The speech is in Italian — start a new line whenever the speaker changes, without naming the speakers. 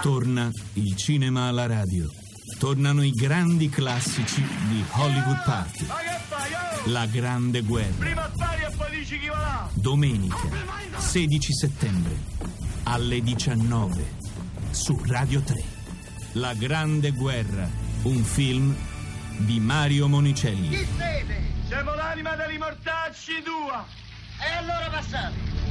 Torna il cinema alla radio. Tornano i grandi classici di Hollywood Party.
Ma che fai, oh?
La Grande Guerra.
Prima spari e poi dici chi va là!
Domenica 16 settembre alle 19 su Radio 3. La Grande Guerra. Un film di Mario Monicelli.
Chi siete?
Siamo l'anima dei mortacci tua!
E allora passate.